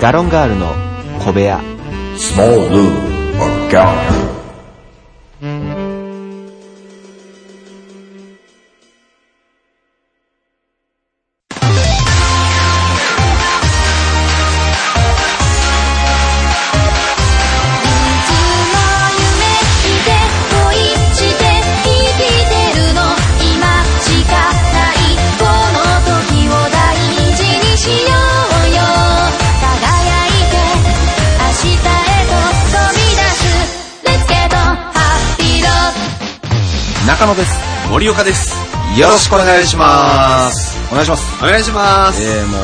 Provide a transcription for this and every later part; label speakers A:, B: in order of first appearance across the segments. A: ガロンガールの小部屋
B: Small Room or Gallery.
C: いつも夢見て恋して生きてるの今しかないこの時を大事にしようよ輝いて明日へと飛び出すレッケとハッピーロック
D: 中野です。
E: 森岡です。
D: よろしくお願いします。お願いします。
E: お願いします。
D: えー、もう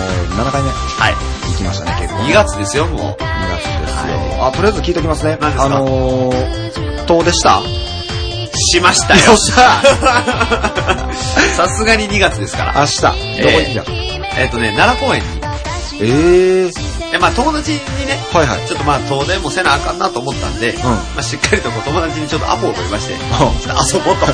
D: 7回目。はい。行きましたね、結構。
E: 2月ですよ、もう。
D: 2月ですよ。あ、とりあえず聞いときますね。
E: 何ですか
D: あのー、どうでした
E: しましたよ。 さすがに2月ですから。
D: 明日、どこ行った
E: えっ、とね、奈良公園に。
D: えー、
E: え、まあ友達にね、
D: はいはい。
E: ちょっとまあ遠出もせなあかんなと思ったんで、まあしっかりとこう友達にちょっとアポを取りまして、ちょっと遊 ぼうと。ち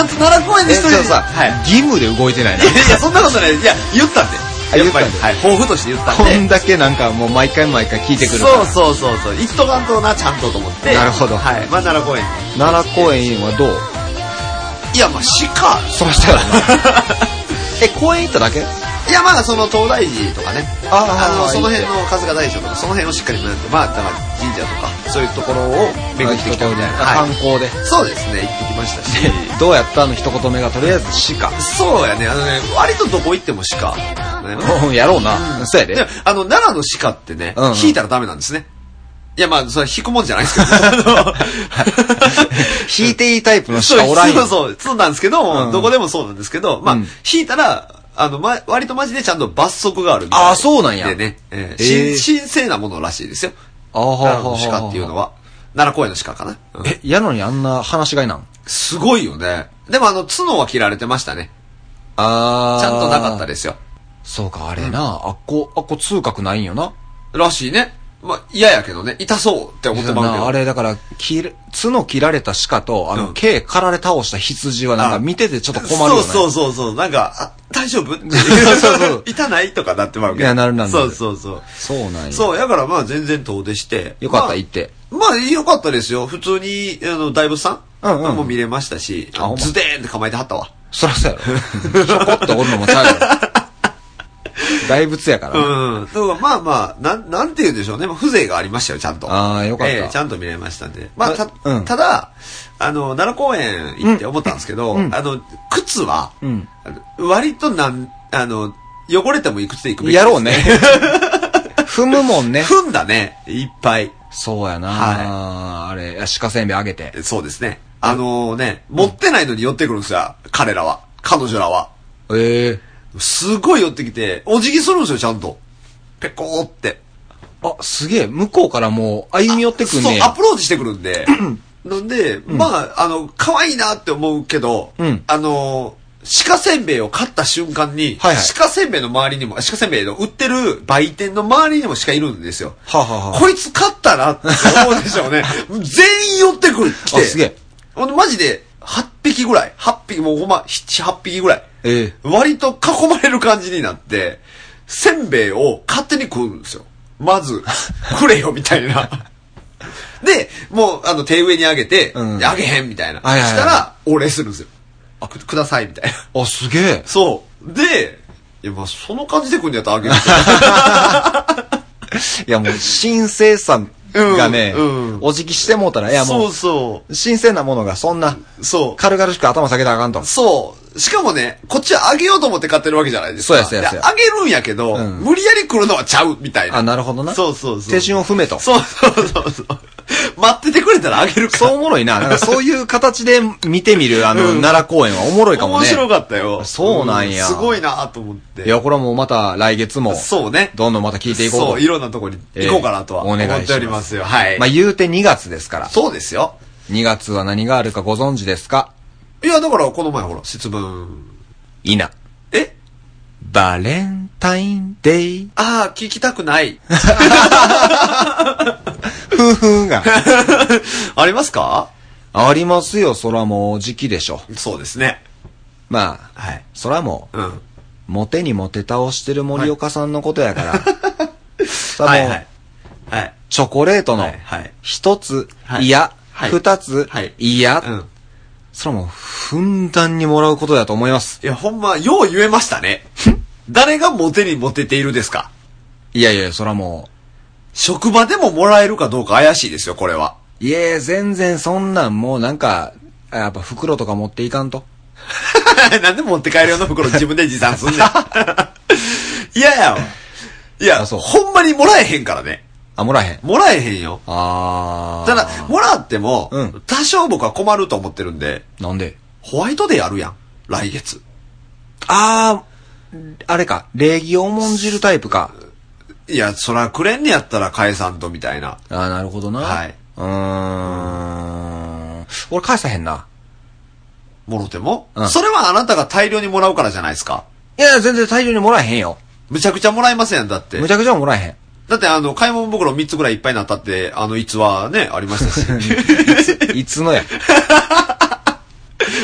E: ょっと奈良公園で
D: え、
E: 一
D: ちょ
E: 人
D: っ
E: で。
D: とさ、
E: はい。
D: 義務で動いてない な。
E: いや、そんなことない。いや、言ったんで。
D: あ
E: やっぱり、
D: 言ったんで
E: はい、抱負として言った
D: こん
E: んで。
D: だけなんかもう毎回毎回聞いてくるから。
E: そうそうそうそう。行っとかんとな、ちゃんとと思って。
D: なるほど
E: はい。まあ奈良公園に。
D: 奈良公園はどう
E: いや、まあ鹿。
D: その人やな。 え、公園行っただけ
E: いや、まあ、その東大寺とかね。
D: あー
E: あの、その辺
D: いい
E: の春日大社とか、その辺をしっかり学んで、まあ、だから神社とか、そういうところを巡ってきたみたいな。
D: 観
E: はい。
D: 光で。
E: そうですね、行ってきましたし。
D: どうやったの一言目がとりあえず鹿。
E: そうやね、あのね、割とどこ行っても 鹿。ね
D: うんやろうな。そうやで
E: で。、あの、奈良の鹿ってね
D: うんうん、
E: 引いたらダメなんですね。いや、まあ、それは引くもんじゃないですけど。あ の
D: 引いていいタイプの
E: そう
D: 鹿おらん
E: そ
D: よ
E: う。そう、そうなんですけども、
D: うん
E: どこでもそうなんですけど、まあ、
D: うん
E: 引いたら、あの、ま、割とマジでちゃんと罰則があるみたい
D: ああ、そうなんや。
E: でね、
D: え
E: えー
D: ー
E: 新神聖なものらしいですよ。
D: あーはーはー
E: 奈
D: は
E: 良
D: ー
E: の鹿っていうのは。奈良公園の鹿かな。うん
D: え、やのにあんな話し飼いなん
E: すごいよね。でもあの、角は切られてましたね。
D: あ
E: ちゃんとなかった
D: で。
E: ですよ。
D: そうか、あれな。あっこ、あっこ痛覚ないんよな。
E: らしいね。まあ、嫌やけどね。痛そうって思ってまうけ
D: な
E: ど。
D: あれだから、切る、角切られた鹿と、あ
E: う
D: の、
E: ん
D: 毛刈られ倒した羊はなんか
E: あ
D: 見ててちょっと困るよね。
E: そうそうそうそう。なんか、あ、大丈夫っていう
D: そうそう
E: 痛ないとかなってまうけど。
D: いやなるなるな
E: そ
D: る
E: うそうそう。
D: そうなんや。
E: そう、だからまあ全然遠出して。
D: よかっ
E: ま
D: た、
E: あ
D: 行って。
E: まあ、良かったですよ。普通に、あの、大仏さん
D: うんうん
E: も見れましたし
D: あほん、ま
E: ズデーンって構えてはったわ。
D: そら そうやろ。ひょこっとおるのもちゃう やろ。大仏やからな。
E: うん。だからまあまあ、なん、なんて言うんでしょうね。まあ風情がありましたよ、ちゃんと。
D: あーよかった
E: ええちゃんと見れましたんで。まあ、た、
D: うん
E: ただ、あの、奈良公園行って思ったんですけど、あの、靴は、
D: ん
E: あの割となん、あの、汚れてもいくつで行くべきで
D: や
E: す
D: ろうね。。踏むもんね。
E: 踏んだね、いっぱい。
D: そうやな、あれ、鹿せんべいあげて。
E: そうですね。あのね、持ってないのに寄ってくるんですよ、彼らは。彼女らは。
D: ええ
E: すごい寄ってきて、お辞儀するんですよ、ちゃんと。ペコーって。
D: あ、すげえ。向こうからもう歩み寄ってくん
E: そう
D: ね、
E: アプローチしてくるんで。なんで、まあ、あの、可愛いなって思うけど、
D: うん
E: あの、鹿せんべいを買った瞬間に、
D: はいはい
E: 鹿せんべいの周りにも、鹿せんべいの売ってる売店の周りにも鹿いるんですよ。
D: はあはあはあ
E: こいつ買ったなって思うでしょ うね。全員寄ってくる。来て
D: あすげえ
E: ほんでマジで、8匹ぐらい。8匹、もうほんま、7、8匹ぐらい。
D: ええ
E: 割と囲まれる感じになって、せんべいを勝手に食うんですよ。まず、くれよ、みたいな。で、もう、あの、手上にあげて、
D: うん
E: であげへん、みたいな。
D: はいはいはい
E: したら、お礼するんですよ。あ、くください、みたいな。
D: あ、すげえ。
E: そう。で、いや、まあ、その感じで食うんやったらあげるけ
D: いやもう、神聖さがね、
E: うんうん
D: お辞儀してもう たら、いや
E: ど。そ
D: も、
E: うそう
D: 神聖なものがそんな、
E: う。そう。
D: 軽々しく頭下げたらあかんと。
E: そう。しかもね、こっちはあげようと思って買ってるわけじゃないです
D: そ
E: か。
D: うやそうやそうや
E: であげるんやけど、
D: うん
E: 無理やり来るのはちゃう、みたいな。
D: あ、なるほどな。
E: そうそうそう。
D: 手順を踏めと。
E: そうそうそうそう。 待っててくれたらあげるから。
D: そうおもろいな。なんかそういう形で見てみる、あの、
E: うん
D: 奈良公園はおもろいかも
E: 面
D: ね。
E: 白かったよ。
D: そうなんや
E: すごいなと思って。
D: いや、これはもうまた来月も、
E: そうね。
D: どんどんまた聞いていこうと。
E: そう、いろんなとこに行こうかなとは
D: ええ
E: 思
D: お願いします
E: っておりますよ。はい。
D: まあ言うて2月ですから。
E: そうですよ。
D: 2月は何があるかご存知ですか
E: いや、だからこの前ほら、節分。
D: いな。
E: え
D: バレンタインデイ。
E: ああ、聞きたくない。
D: ふふが。
E: ありますか
D: ありますよ、そらもう時期でしょ。
E: そうですね。
D: まあ、
E: はい。
D: そらもう、
E: うん。
D: モテにモテ倒してる森岡さんのことやから、さもう、
E: はいはい。はい。
D: チョコレートの
E: はいはい、
D: 一つ、
E: はい
D: い、や、
E: はい
D: 二、つ、
E: はい
D: や、
E: うん。
D: それはもう、ふんだんにもらうことだと思います。
E: いや、ほんま、よう言えましたね。 誰がモテにモテているですか
D: いやいや、それはも
E: 職場でももらえるかどうか怪しいですよ、これは。
D: う、いや全然そんなんもうなんか、あやっぱ袋とか持っていかんと。
E: なんで持って帰るよう な袋自分で持参すんねん。いややわ。いや、
D: あそう
E: ほんまにもらえへんからね。
D: あ、もらえへん。
E: もらえへんよ。
D: あー。
E: ただ、もらっても、
D: うん
E: 多少僕は困ると思ってるんで、
D: なんで
E: ホワイトデーあるやん。来月。
D: あー、あれか、礼儀を重んじるタイプか。
E: いや、そらくれんねやったら返さんとみたいな。
D: あー、なるほどな。
E: はいう
D: ーん。俺返さへんな。
E: もろても、
D: うん
E: それはあなたが大量にもらうからじゃないですか。
D: いや、全然大量にもらえへんよ。
E: むちゃくちゃもらいますやん、だって。
D: むちゃくちゃもらえへん。
E: だってあの、買い物袋3つぐらいいっぱいになったって、あの、逸話ね、ありましたし。
D: いつのや。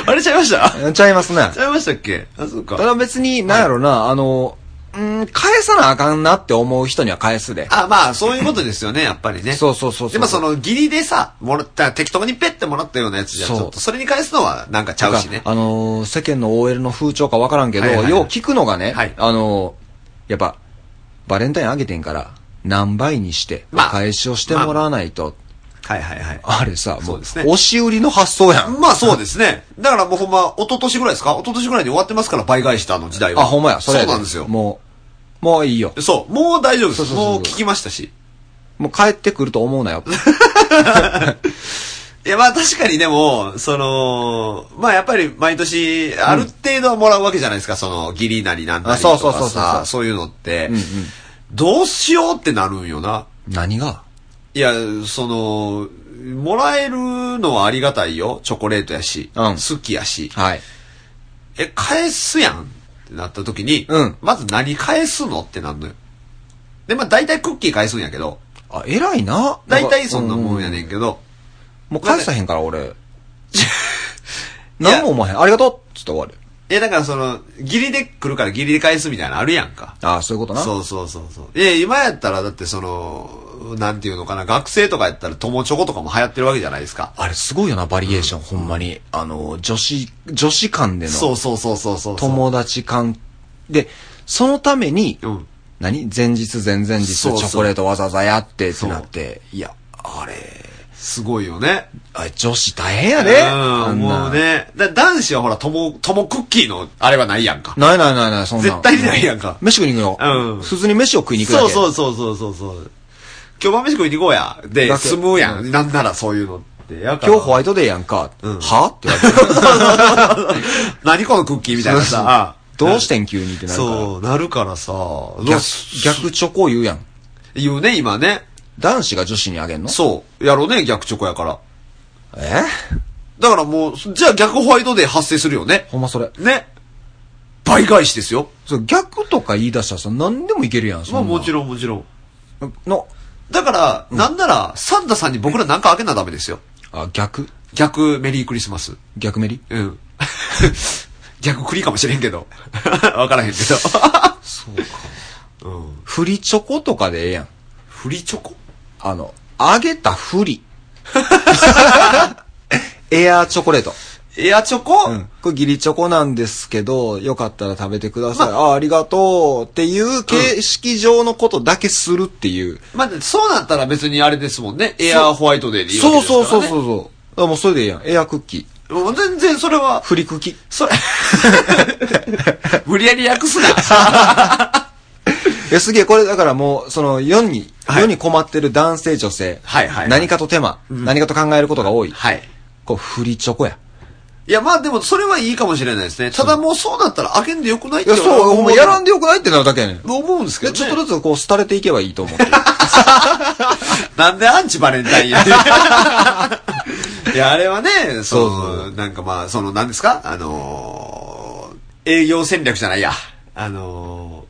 E: あれちゃいました
D: ちゃいますね
E: ち。ゃいましたっけあ、そう
D: ただ
E: か。
D: 別に、なんやろな、あの、うーん、返さなあかんなって思う人には返すで。
E: あ、まあ、そういうことですよね、やっぱりね。
D: そうそうそうそう
E: でもその、義理でさ、もらった、適当にペッてもらったようなやつじゃん。
D: そう
E: ちょっとそれに返すのはなんかちゃうしね
D: だ。からあのー世間の OL の風潮かわからんけど、
E: はいはいはい
D: よう聞くのがね、
E: はい
D: あのーやっぱ、バレンタインあげてんから、何倍にして、お
E: まあ
D: 返しをしてもらわないと、
E: はいはいはい。
D: あ、れさ、
E: そ
D: も
E: う
D: う、
E: ですね
D: 押し売りの発想やん。
E: まあそうですね。だからもうほんま、一昨年ぐらいですか一昨年ぐらいに終わってますから、倍返したの時代は。
D: あ、ほんまや、
E: そ
D: れ
E: う
D: や
E: なんですよ。
D: もう、もういいよ。
E: そう、もう大丈夫で
D: そう
E: す。
D: そうそうそう
E: もう聞きましたし。
D: もう帰ってくると思うなよ。
E: いや、まあ確かにでも、その、まあやっぱり毎年、ある程度はもらうわけじゃないですか、その、義理なりなんなりと
D: あそうそうそ
E: か
D: うそうそ
E: さ、
D: う
E: そういうのって、
D: うんうん
E: どうしようってなるんよな。
D: 何が
E: いや、その、もらえるのはありがたいよ。チョコレートやし、
D: うん
E: 好きやし。
D: はい。
E: え、返すやんってなった時に、
D: うん
E: まず何返すのってなんのよ。で、まあ大体クッキー返すんやけど、
D: あ、偉いな。
E: 大体そんなもんや
D: う
E: ねんけど、
D: もう返さへんから、俺。 何も思わへん。ありがとうっつって終わる。
E: え、だからその、義理で来るから義理で返すみたいなのあるやんか。
D: ああ、そういうことな。
E: そうそうそうそう。いや、今やったらだってその、なんていうのかな、学生とかやったら友チョコとかも流行ってるわけじゃないですか。
D: あれすごいよな、バリエーション、ほんまに。あの、女子、女子間で
E: そ
D: の
E: うそうそうそうそう。
D: 友達間。で、そのために、
E: うん。
D: 何前日、前々日、チ
E: そうそう
D: ョコレートわざわざやってってなって。いや、あれ、
E: すごいよね。
D: あれ女子大変やで。あ
E: うん、
D: んな
E: もう。ね。だ男子はほら、友、友クッキーのあれはないやんか。
D: ないないないない、そんなん。
E: 絶対にないやんか
D: 飯食いに行くよ。
E: うん
D: 普通に飯を食いに行くだ
E: そ
D: け。
E: うそうそうそうそうそう。今日晩飯食いに行こうや。で、
D: だけ
E: 済むやん。なんならそういうのって。やから
D: 今日ホワイトデーやんか。
E: うん
D: はって言 われて。
E: 何このクッキーみたいなさ。
D: どうしてん急にってなるから。
E: そう、なるからさ。
D: 逆
E: 逆、
D: 逆チョコ言うやん。
E: 言うね、今ね。
D: 男子が女子にあげんの
E: そう。やろうね、逆チョコやから。
D: え
E: だからもう、じゃあ逆ホワイトデー発生するよね。
D: ほんまそれ。
E: ね。倍返しですよ。
D: そう逆とか言い出したらさ、何でもいけるやん、そん
E: ま
D: なん。
E: あもちろんもちろん。
D: ろん。の、
E: だから、なんなら、サンタさんに僕らなんかあげなダメですよ。
D: あ、逆
E: 逆メリークリスマス。
D: 逆メリ
E: うん。 逆クリかもしれんけど。 わからへんけ ど。
D: そうか。うん。フリチョコとかでええやん。
E: フリチョコ
D: あの、あげたフ リ。エアーチョコレート。
E: エアチョコ、
D: うん。これギリチョコなんですけど、よかったら食べてください。あ、ありがとうっていう形式上のことだけするっていう。
E: まあ、そうなったら別にあれですもんね。エアホワイトデーでいいわけ
D: そう
E: ですか
D: そ
E: ら、
D: う
E: ね。
D: そうそうそう。だからもうそれでええやん。エアクッキー。
E: う。もう全然それは、
D: フリクキ。
E: それ、無理やり訳すな。
D: え、すげえ、これだからもう、その、世に、
E: はい
D: 世に困ってる男性、女性。
E: はいはいはい
D: 何かと手間、何かと考えることが多い。
E: はい。
D: こう、フリチョコや。
E: いや、まあでも、それはいいかもしれないですね。ただもうそうなったら、あげんでよくないっ
D: い
E: て
D: や、そう、
E: 思
D: ほんまやらんでよくないってなるだけやねん。
E: 思うんですけど、
D: で、
E: ね。
D: ちょっとずつこう、廃れていけばいいと思ってる。
E: なんでアンチバレンタインやねん いや、あれはね、そう
D: そう
E: なんかまあ、その、なんですかあのー、営業戦略じゃないや。あの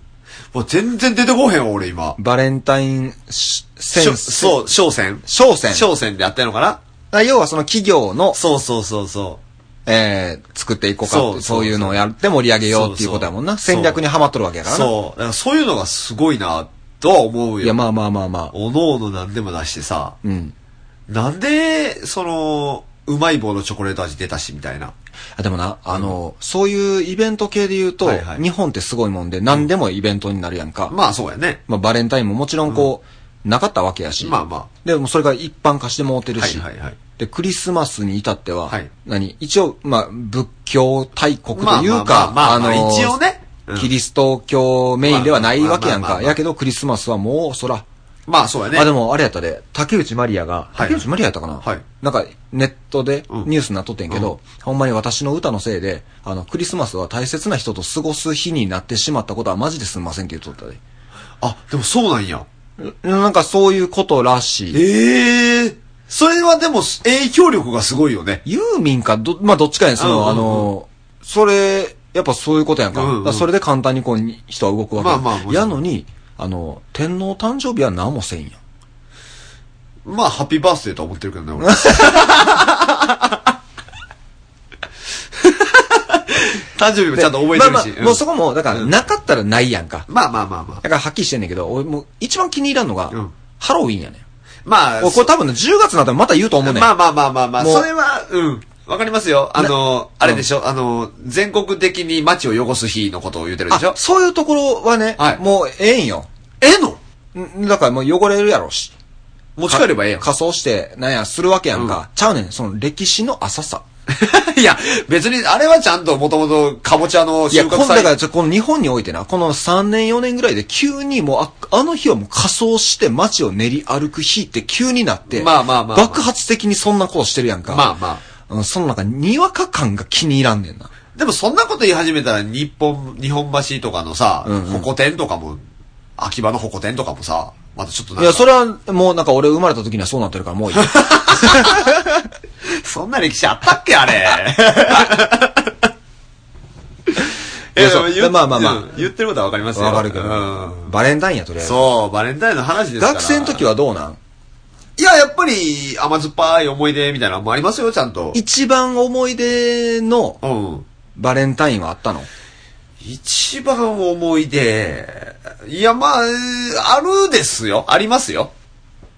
E: ー、もう全然出てこへんわ、俺今。
D: バレンタインし、セ
E: しょ
D: ンス。
E: そう、商戦
D: 商戦
E: 商戦でやってんのかな
D: あ要はその企業の、
E: そうそうそうそ
D: えー、作っていこうかって
E: そう
D: そういうのをやって盛り上げようっていうことやもんな。
E: そうそう
D: 戦略にはまっとるわけや
E: う。
D: からな。
E: そう。だからそういうのがすごいな、とは思うよ。
D: いや、まあまあまあまあ。
E: おのおの何でも出してさ、
D: うん。
E: なんで、その、うまい棒のチョコレート味出たし、みたいな。
D: あでもな、あの、そういうイベント系で言うと、
E: はいはい
D: 日本ってすごいもんで、何でもイベントになるやんか。ま
E: まあ、そうやね。
D: あ、バレンタインももちろんこう、なかったわけやし。
E: まあまあ。
D: でもそれが一般化してもうてる
E: はい
D: し。
E: はいはい。
D: で、クリスマスに至っては、
E: はい
D: 何一応、まあ、仏教大国というか、
E: まあまあまあまあまあ
D: の
E: 一応ねうん
D: キリスト教メインではないわけやん
E: まあ
D: か。
E: まあまあまあまあ
D: やけど、クリスマスはもう、そら、
E: まあ、そうやね。
D: あ、でもあれやったで、竹内まりやが、
E: はい
D: 竹内まりややったかな、
E: はい
D: なんか、ネットで
E: うん
D: ニュースになっとってんけど、ほんまに私の歌のせいで、あの、クリスマスは大切な人と過ごす日になってしまったことはマジですんませんって言っとったで。
E: あ、でもそうなんや。
D: ななんかそういうことらしい。
E: ええそれはでも、影響力がすごいよね。
D: ユーミンか、ど、まあ、どっちかやねその、
E: うんうんうん
D: あの、それ、やっぱそういうことやんか。
E: うんうん
D: だからそれで簡単にこう、に人は動くわけ。
E: まあまあもちろん
D: やのに、あの、天皇誕生日は何もせんやん。
E: まあ、ハッピーバースデーとは思ってるけどね、 俺。誕生日もちゃんと覚えてるし。
D: まあまあ、もうそ
E: こ、
D: こも、だから、
E: うん
D: なかったらないやんか。
E: まあまあまあまあ。
D: だからはっきりしてんねんけど、俺もう一番気に入らんのが、
E: うん
D: ハロウィンやねん。
E: まあ、
D: 俺これ多分ね、10月になったらまた言うと思うねん。
E: まあまあまあまあまあ、
D: もう
E: それは、うん。わかりますよ。あの、あれでしょ、あの、全国的に街を汚す日のことを言ってるでしょ
D: あ、そういうところはね、
E: はい
D: もうええんよ。
E: ええの
D: んだからもう汚れるやろし。
E: 持ち帰ればええやん。
D: 仮装して、なんや、するわけやんか。
E: うん
D: ちゃうねん、その歴史の浅さ。
E: いや、別に、あれはちゃんともともとカボチャの
D: い
E: 収
D: や、
E: 穫
D: 今度だか
E: 祭
D: ら、ちょこの日本においてな、この3年4年ぐらいで急にもう、ああの日はもう仮装して街を練り歩く日って急になって、
E: まあまあまあまあ
D: 爆発的にそんなことしてるやんか。
E: まあま
D: あ。その中、にわか感が気に入らんねんな。
E: でもそんなこと言い始めたら日本、日本橋とかのさ、
D: うんうん
E: ホコ天とかも、秋葉のホコ天とかもさ、またちょっとなん
D: い
E: か
D: や、それはもうなんか俺生まれた時にはそうなってるからもう いい。
E: そんな歴史あったっけあれ。
D: いやそう
E: でも言っ
D: まあまあまあ
E: うん言ってることはわかりますよ。
D: わかるけど
E: うん。
D: バレンタインやとりあえず。
E: そう、バレンタインの話ですから。
D: 学生の時
E: は
D: はどうなん
E: いや、やっぱり甘酸っぱい思い出みたいなのもありますよ、ちゃんと。
D: 一番思い出の
E: うん。
D: バレンタインはあったの
E: 一番思い出、いや、まあ、あるですよ。ありますよ。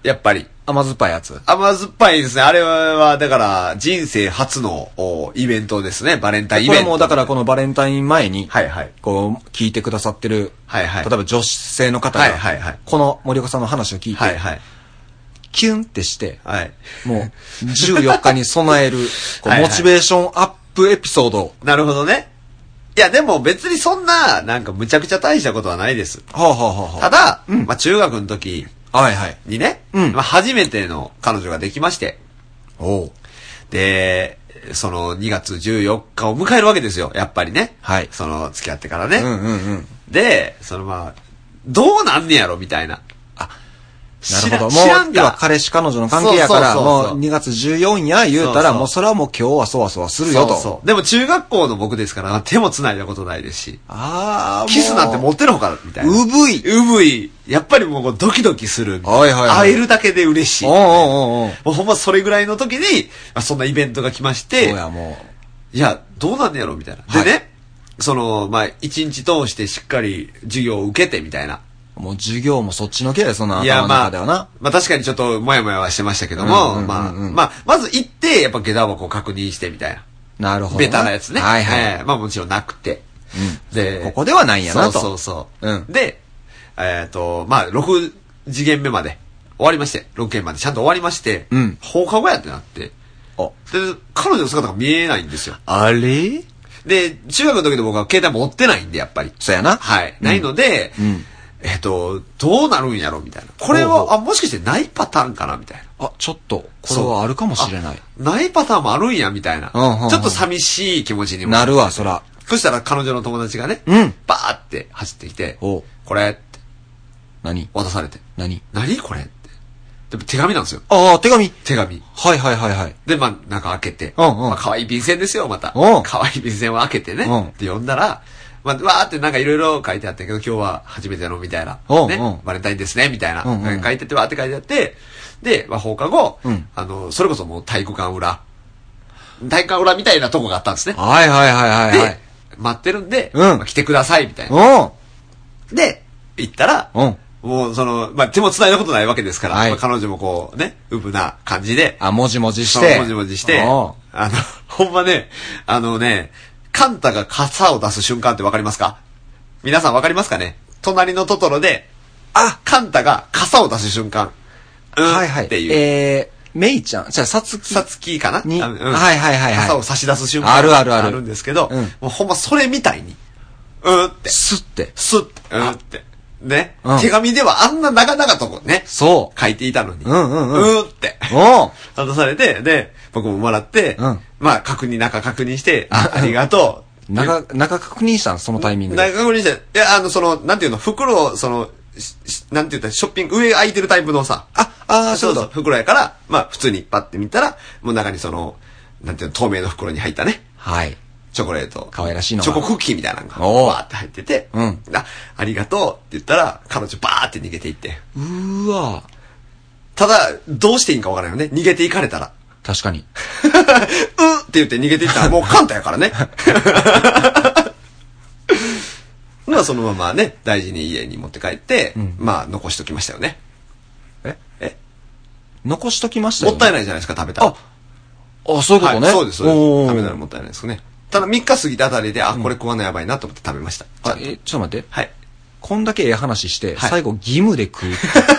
E: やっぱり。
D: 甘酸っぱいやつ。
E: 甘酸っぱいですね。あれは、だから、人生初のおイベントですね。バレンタインイ
D: こ
E: ベン
D: れ
E: ト。
D: もだからこのバレンタイン前に、
E: はいはい。
D: こう、聞いてくださってる、
E: はいはい
D: 例えば女性の方が、
E: はいはいはい
D: この森岡さんの話を聞いて、
E: はいはい。
D: キュンってして、
E: はい。
D: もう14日に備える、こう
E: はいはい
D: モチベーションアップエピソードを、
E: なるほどね。いや、でも別にそんな、なんかむちゃくちゃ大したことはないです。
D: はあ、はあはあは
E: ただ、まあ中学の時
D: あ、はいはい。
E: にね、
D: うん
E: まあ初めての彼女ができまして、
D: おう
E: で、その2月14日を迎えるわけですよ、やっぱりね。
D: はい
E: その付き合ってからね。
D: うんうんうん。
E: で、そのまあ、どうなんねやろ、みたいな。
D: あ、な
E: 知
D: る
E: ら
D: ほど。も
E: 知らん
D: う、要は
E: が。
D: 彼氏彼女の関係やから、
E: そうそうそうそう
D: もう2月14や言うた
E: そう
D: ら、
E: そう
D: もうそれはもう今日はそわそわするよと。
E: そうそうでも中学校の僕ですから、手も繋いだことないですし。
D: ああ、
E: キスなんて持ってるほか、みたいな。
D: うぶい。
E: うぶい。やっぱりもうドキドキする。
D: はいはいはい
E: 会えるだけで嬉しい。
D: おうおうおうおう
E: もうほんまそれぐらいの時に、まあそんなイベントが来まして
D: そう、や、も
E: いや、どうなんねやろみたいな。
D: はい
E: でね、その、まあ、一日通してしっかり授業を受けてみたいな。
D: う。もう授業もそっちのけやで、そんな頭
E: いや、
D: の
E: ま
D: 中
E: あ、
D: ではな。
E: まあ確かにちょっともやもやはしてましたけども、
D: うんうんうんうん
E: まあ、まあ、まず行って、やっぱ下駄箱を確認してみたいな。
D: なるほど。
E: ベタなやつね。
D: はいはい。
E: ええまあもちろんなくて。で、
D: ここではないんやなと
E: そうそうそう。
D: うん
E: で、えっ、と、まあ、6次元目まで終わりまして、6件までちゃんと終わりまして、
D: うん
E: 放課後やってなって、
D: お
E: で、彼女の姿が見えないんですよ。
D: あれ
E: で、中学の時の僕は携帯持ってないんで、やっぱり。
D: そうやな。
E: はい。
D: うん
E: ないので、
D: うん
E: えっ、と、どうなるんやろみたいな。これ
D: ほうほ
E: は、あ、もしかしてないパターンかなみたいな。
D: あ、ちょっと、これはあるかもしれない。
E: あ。ないパターンもあるんや、みたいな。
D: うんうんうん
E: ちょっと寂しい気持ちにも。
D: なるわ、そら。
E: そしたら彼女の友達がね、
D: うん
E: バーって走ってきて、
D: お
E: こ
D: う
E: れって
D: 何
E: 渡されて、
D: 何
E: 何これって。でも手紙なんですよ。
D: ああ、手紙。
E: 手紙。
D: はいはいはいはい。
E: で、まあ、なんか開けて、
D: うんうん
E: まあ、可愛い便箋ですよ、また。
D: うん
E: 可愛い便箋を開けてね、
D: うん
E: って読んだら、まあ、わーってなんかいろいろ書いてあったけど、今日は初めての、みたいな。
D: うんう
E: ね
D: ん。
E: バレンタインですね、みたいな。
D: うんうん
E: 書いてて、わーって書いてあって、で、まあ、放課後、
D: うん
E: あの、それこそもう体育館裏。体育館裏みたいなとこがあったんですね。
D: はいはいはいはい
E: で、待ってるんで、
D: うん
E: まあ来てください、みたいな。
D: はい。
E: で、行ったら、
D: うん。うん。
E: もうもうその、まあ、手も繋いだことないわけですから、
F: はい
E: まあ彼女もこう、ね、うぶな感じで、
F: あ、もじもじし
E: そう
F: て。
E: もじもじして、
F: おう
E: あの、ほんまね、あのね、カンタが傘を出す瞬間ってわかりますか皆さんわかりますかね隣のトトロで、あ、カンタが傘を出す瞬間。うん、
F: はいはい。
E: っていう。
F: えー、めいちゃん、じゃあ、さつき。
E: さつきかな
F: に
E: あうん
F: はいはいはいはい
E: 傘を差し出す瞬間。
F: あるあるある
E: あるんですけど、
F: うん
E: もうほんまそれみたいに、うんって、
F: すって。
E: すって、うんって。ね、
F: うん
E: 手紙ではあんな長々とこうね、
F: そ
E: 書いていたのに、
F: うんうんうん
E: うんって。
F: う。おう
E: 渡されて、で、僕ももらって、
F: うん
E: まあ、確認、中確認して、あありがとう。
F: 中、中確認したんそのタイミング
E: 中
F: で。
E: 確認して、いや、あの、その、なんていうの、袋を、その、ししなんて言ったら、ショッピング、上空いてるタイプのさ、あ、
F: あー
E: そう
F: そ
E: そうう、袋やから、まあ、普通にパッて見たら、もう中にその、なんていうの、透明の袋に入ったね、
F: はい。
E: チョコレート。
F: 可愛らしいのが
E: チョコクッキーみたいなのが、
F: おー
E: バーって入ってて、
F: うん
E: あ、ありがとうって言ったら、彼女バーって逃げていって。
F: うーわ
E: ただ、どうしていいんかわからないよね。逃げていかれたら。
F: 確かに。
E: うんって言って逃げていった らもうカンタやからね。 まあそのままね、大事に家に持って帰って、
F: ん
E: まあ残しときましたよね。
F: え
E: え
F: 残しときました
E: も
F: よ、
E: ったい
F: い。
E: ないじゃないですか、食べたら。
F: あ、あ、そういうことね。
E: はい、そうです、そう
F: お
E: です。
F: ー
E: 食べたらもったいないですね。ただ3日過ぎたあたりで、あ、これ食わないやばいなと思って食べました。ちゃ
F: あ
E: んと
F: え、ちょっと待って。
E: はい。
F: こんだけええ話して、
E: はい
F: 最後義務で食うっ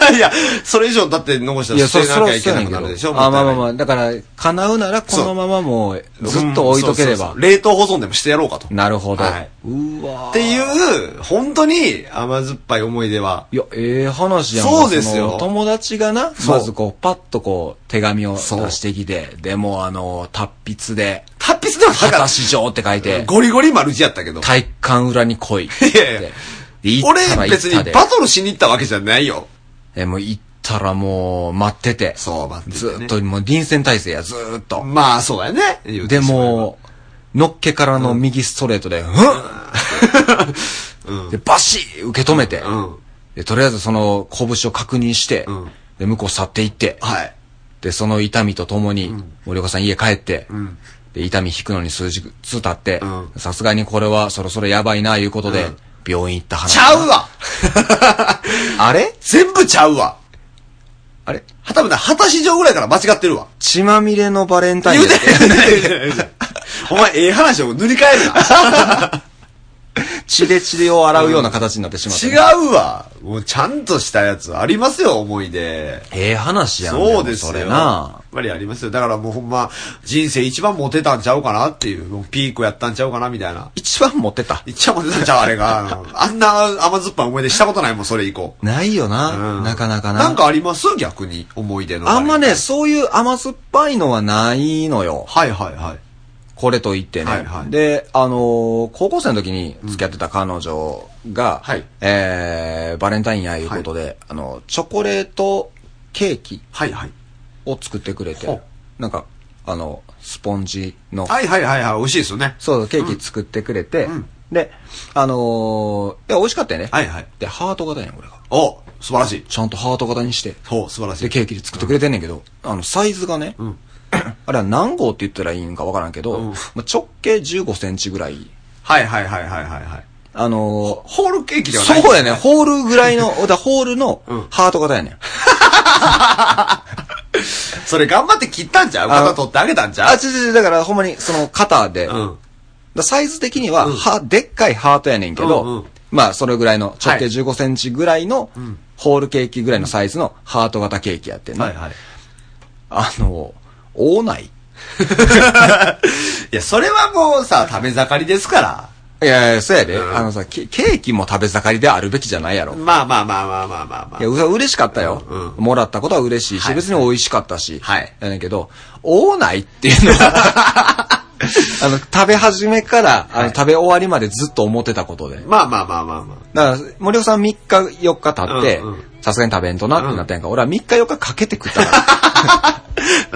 F: て。
E: い や、それ以上だって残した
F: い
E: ら
F: や、
E: 捨
F: そ
E: て
F: そ
E: な
F: ら
E: きゃいけ
F: そうや
E: な
F: ねん
E: く
F: け
E: な
F: ど。
E: るでしょ。
F: あ、まあまあま
E: あ。
F: あ、だから、叶うならこのままもうずっと置いとけれ
E: うんそうそう
F: ば
E: そう。冷凍保存でもしてやろうかと。
F: なるほど。
E: はいう
F: わー
E: っていう、本当に甘酸っぱい思い出は、
F: いや、ええ話やんか
E: そうですよ
F: の友達がな、
E: そう
F: まずこう、パッとこう、手紙を出
E: そう
F: してきて、でもあの、達筆で、
E: 達筆ではな
F: 果
E: かった
F: 市場って書い
E: た。
F: て、
E: ゴリゴリマルチやったけど。
F: 体育館裏に来いって。
E: いやいや
F: で行ったら
E: 俺
F: 行っ
E: 別
F: た
E: に
F: で
E: バトルしに行ったわけじゃないよ。
F: え、もう行ったらもう、待ってて。
E: そう待っててね
F: ずーっと、もう臨戦態勢や、ずーっと。
E: まあ、そうやね。言う
F: で
E: てしまえば、
F: も、のっけからの右ストレートで、うん
E: うん
F: で、バシー受け止めて、
E: うん。
F: で、とりあえずその拳を確認して、
E: うん
F: で、向こう去っていって、
E: はい。で
F: で、その痛みとともに、森岡さん家帰って、
E: ん
F: で、痛み引くのに数日経って
E: うん、
F: さすがにこれはそろそろやばいな、いうことで、
E: うん
F: 病院行った話。
E: ちゃうわ
F: あれ
E: 全部ちゃうわ
F: あれ
E: はたぶん、はたしぐらいから間違ってるわ。
F: 血まみれのバレンタイ
E: 言
F: ン
E: う
F: で
E: て
F: す。
E: お前、ええ話を塗り替え るな。
F: 血で血でを洗うような形になってしまったね、
E: 違うわもう、ちゃんとしたやつありますよ、思い出。
F: ええ話やん。
E: そうですよ。
F: でもそれ
E: や
F: な。
E: っぱりありますよ。だからもうほんま、人生一番モテたんちゃうかなっていう、もうピークやったんちゃうかなみたいな。
F: 一番持ってた。
E: 一番モテたんちゃうあれ が。あんな甘酸っぱい思い出したことないもん、それ以降。
F: ないよな、
E: うん
F: なかなかな。
E: なんかあります逆に、思い出の。
F: あんまね、。そういう甘酸っぱいのはないのよ。
E: はいはいはい。
F: これと言ってね。
E: はいはい
F: で、あのー高校生の時に付き合ってた彼女が、
E: はい
F: えー、バレンタインやいうことで、あの、チョコレートケーキ
E: はいはい。
F: を作ってくれ
E: ほ
F: て
E: う、
F: なんか、あの、スポンジの、
E: はいはいはいはい、美味しいですよね。
F: そう、ケーキ作ってくれて、
E: うん
F: で、あのーいや、美味しかったよね。
E: はいはい。
F: で、ハート型やん、これが。
E: お、素晴らしい。
F: ちゃんとハート型にして、
E: そう、素晴らしい。
F: で、ケーキで作ってくれてんねんけど、あの、サイズがね、
E: ん
F: あれは何号って言ったらいいんかわからんけど、
E: うん
F: まあ、直径15センチぐらい、
E: はいはいはいはいはいはい。
F: あのー
E: ホールケーキではない。
F: そうやね、。ホールぐらい の、だホールの
E: うん
F: ハート型やねん。
E: それ頑張って切ったんちゃう
F: あの
E: 肩取ってあげたんちゃ
F: あ、
E: う
F: ちょちょ、だからほんまにその肩で、
E: うん。
F: だサイズ的には、
E: うん
F: は、でっかいハートやねんけど、
E: うんうん
F: まあそれぐらいの直
E: はい
F: 径15センチぐらいの、
E: ん
F: ホールケーキぐらいのサイズのハート型ケーキやってんね、
E: はい はい。
F: あのー、オーナイ
E: いや、それはもうさ、食べ盛りですから。
F: いやいや、そうやで。
E: ん
F: あのさ、ケケーキも食べ盛りであるべきじゃないやろ。
E: まあまあまあまあまあまあまあ
F: いや、う嬉しかったよ、
E: うん
F: もらったことは嬉しいし、
E: はい
F: 別に美味しかったし。
E: はい
F: やねんけど、オーナイっていうの は、あの、食べ始めから、あの、食べ終わりまでずっと思ってたことで。
E: まあまあまあまあまあ。
F: だから、森岡さん3日4日経って
E: うんうん、
F: さすがに食べんとなってなったやんか。俺は3日4日かけて食っ たから。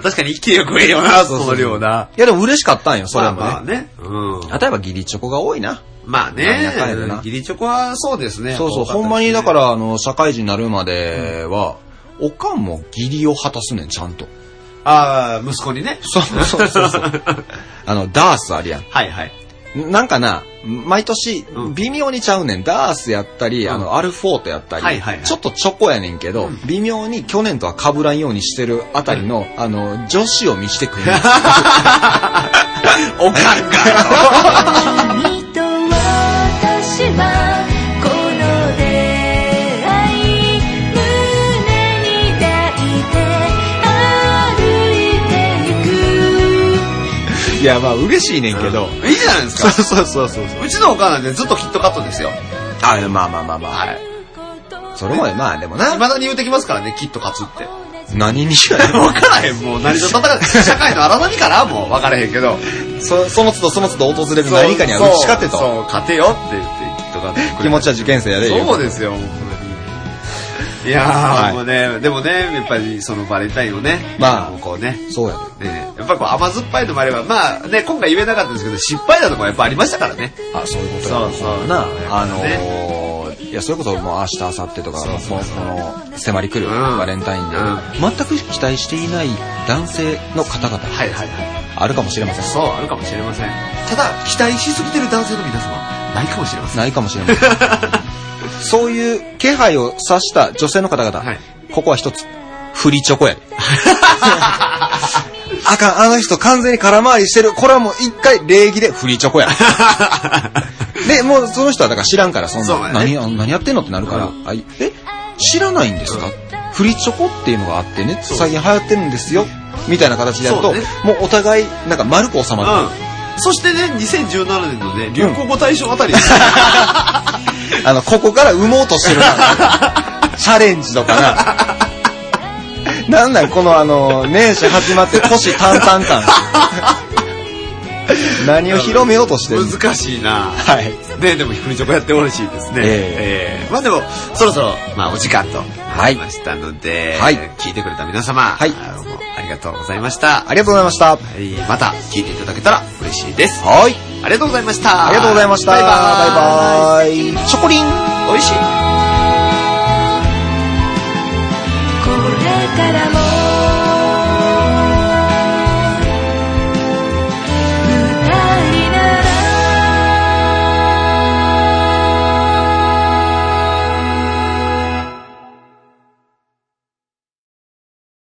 E: 確かに生きてよくええよな、その量な。
F: いや、でも嬉しかったんよ、そ
E: ま
F: れ
E: あ
F: もね。
E: まあね。うん。
F: 例えば、ギリチョコが多いな。
E: まあ
F: なんやかんやで
E: ね
F: な。
E: ギリチョコはそうですね。
F: そうそう、
E: 多かった
F: ほんまにだから、あの、社会人になるまでは、おかんも義理を果たすねん、ちゃんと。
E: ああ、息子にね。
F: そうそうそうそう。あの、ダースあるやん。
E: はいはい。
F: なんかな、毎年
E: うん、
F: 微妙にちゃうねん。ダースやったり、
E: うん
F: あの、アルフォートやったり、
E: はいはいはい
F: ちょっとチョコやねんけど、微妙に去年とは被らんようにしてるあたりの、あの、女子を見してくれる。
E: おかんが。
C: 君と私はこの出会い胸に抱いて歩いてゆく
F: いや、まあ、嬉しいねんけど。
E: いいじゃないです
F: そ
E: か。
F: うそうそうそう。
E: うちのおかんなんてずっとキットカットですよ。
F: あ、まあまあまあまあ。
E: はい。
F: それもね、まあでもな
E: 未。だに言うてきますからね、キットカツ って。
F: 何にしろ
E: 分からへん、もう何と戦う。社会の荒波かなもう分からへんけど。
F: そ その都度その都度訪れる何かには打ち勝て
E: そう
F: と。、
E: そう勝てよって言って、キットカットしてくれ
F: 気
E: て
F: 持ちは受験生やで。言う
E: そうですよ、本当に。いやー、
F: はい
E: もうね、でもね、やっぱりそのバレンタインをね、
F: まあ
E: もうこうね、
F: そうやで。
E: ねやっぱりこう甘酸っぱいのもあれば、まあね、今回言えなかったんですけど、失敗なとこもやっぱありましたからね。
F: あ、そういうことや
E: そうそう
F: な
E: そう、
F: あのー、いや、それこそもう明日、明後日とか、
E: そうそうそう
F: このこの迫り来る
E: うん
F: バレンタインで、
E: うん
F: 全く期待していない男性の方々、
E: はいはいはい。
F: あるかもしれません。
E: そう、あるかもしれません。ただ、期待しすぎてる男性の皆様、ないかもしれません。
F: ないかもしれません。 そういう気配を察した女性の方々、
E: はい
F: ここは一つ、フリチョ コやで。あかん、あの人完全に空回りしてる。これはもう一回礼儀でフリチ ョコや。で、もうその人はだから知らんから、そん
E: そうや
F: な、
E: ね
F: 何や、何やってんのってなるから、
E: う
F: あいえ、知らないんですか、フリチョコっていうのがあってね、
E: そう
F: 最近流行ってるんですよ、みたいな形でやると、
E: そうね
F: もうお互い、なんか丸く収まる。
E: うん。そしてね、2017年のね、流行語大賞あたり、
F: あの、ここから産もうとしてるから、 チャレンジとかな。なんなんこのあの、年始始まって腰淡々感。何を広めよう としてる
E: 難しいな
F: はい。
E: ねでもひくりチョコやってほしいですね。
F: え
E: ええまあでも、そろそろ、まあお時間となりましたので、
F: はい
E: 聞いてくれた皆様、
F: はい
E: あどうもありがとうございました。
F: ありがとうございました。
E: はいまた聞いていただけたら嬉しいです。
F: はい。
E: ありがとうございました。
F: ありがとうございました。
E: バイバイ。
F: バイバイ。チョコリン。
E: 美味しい。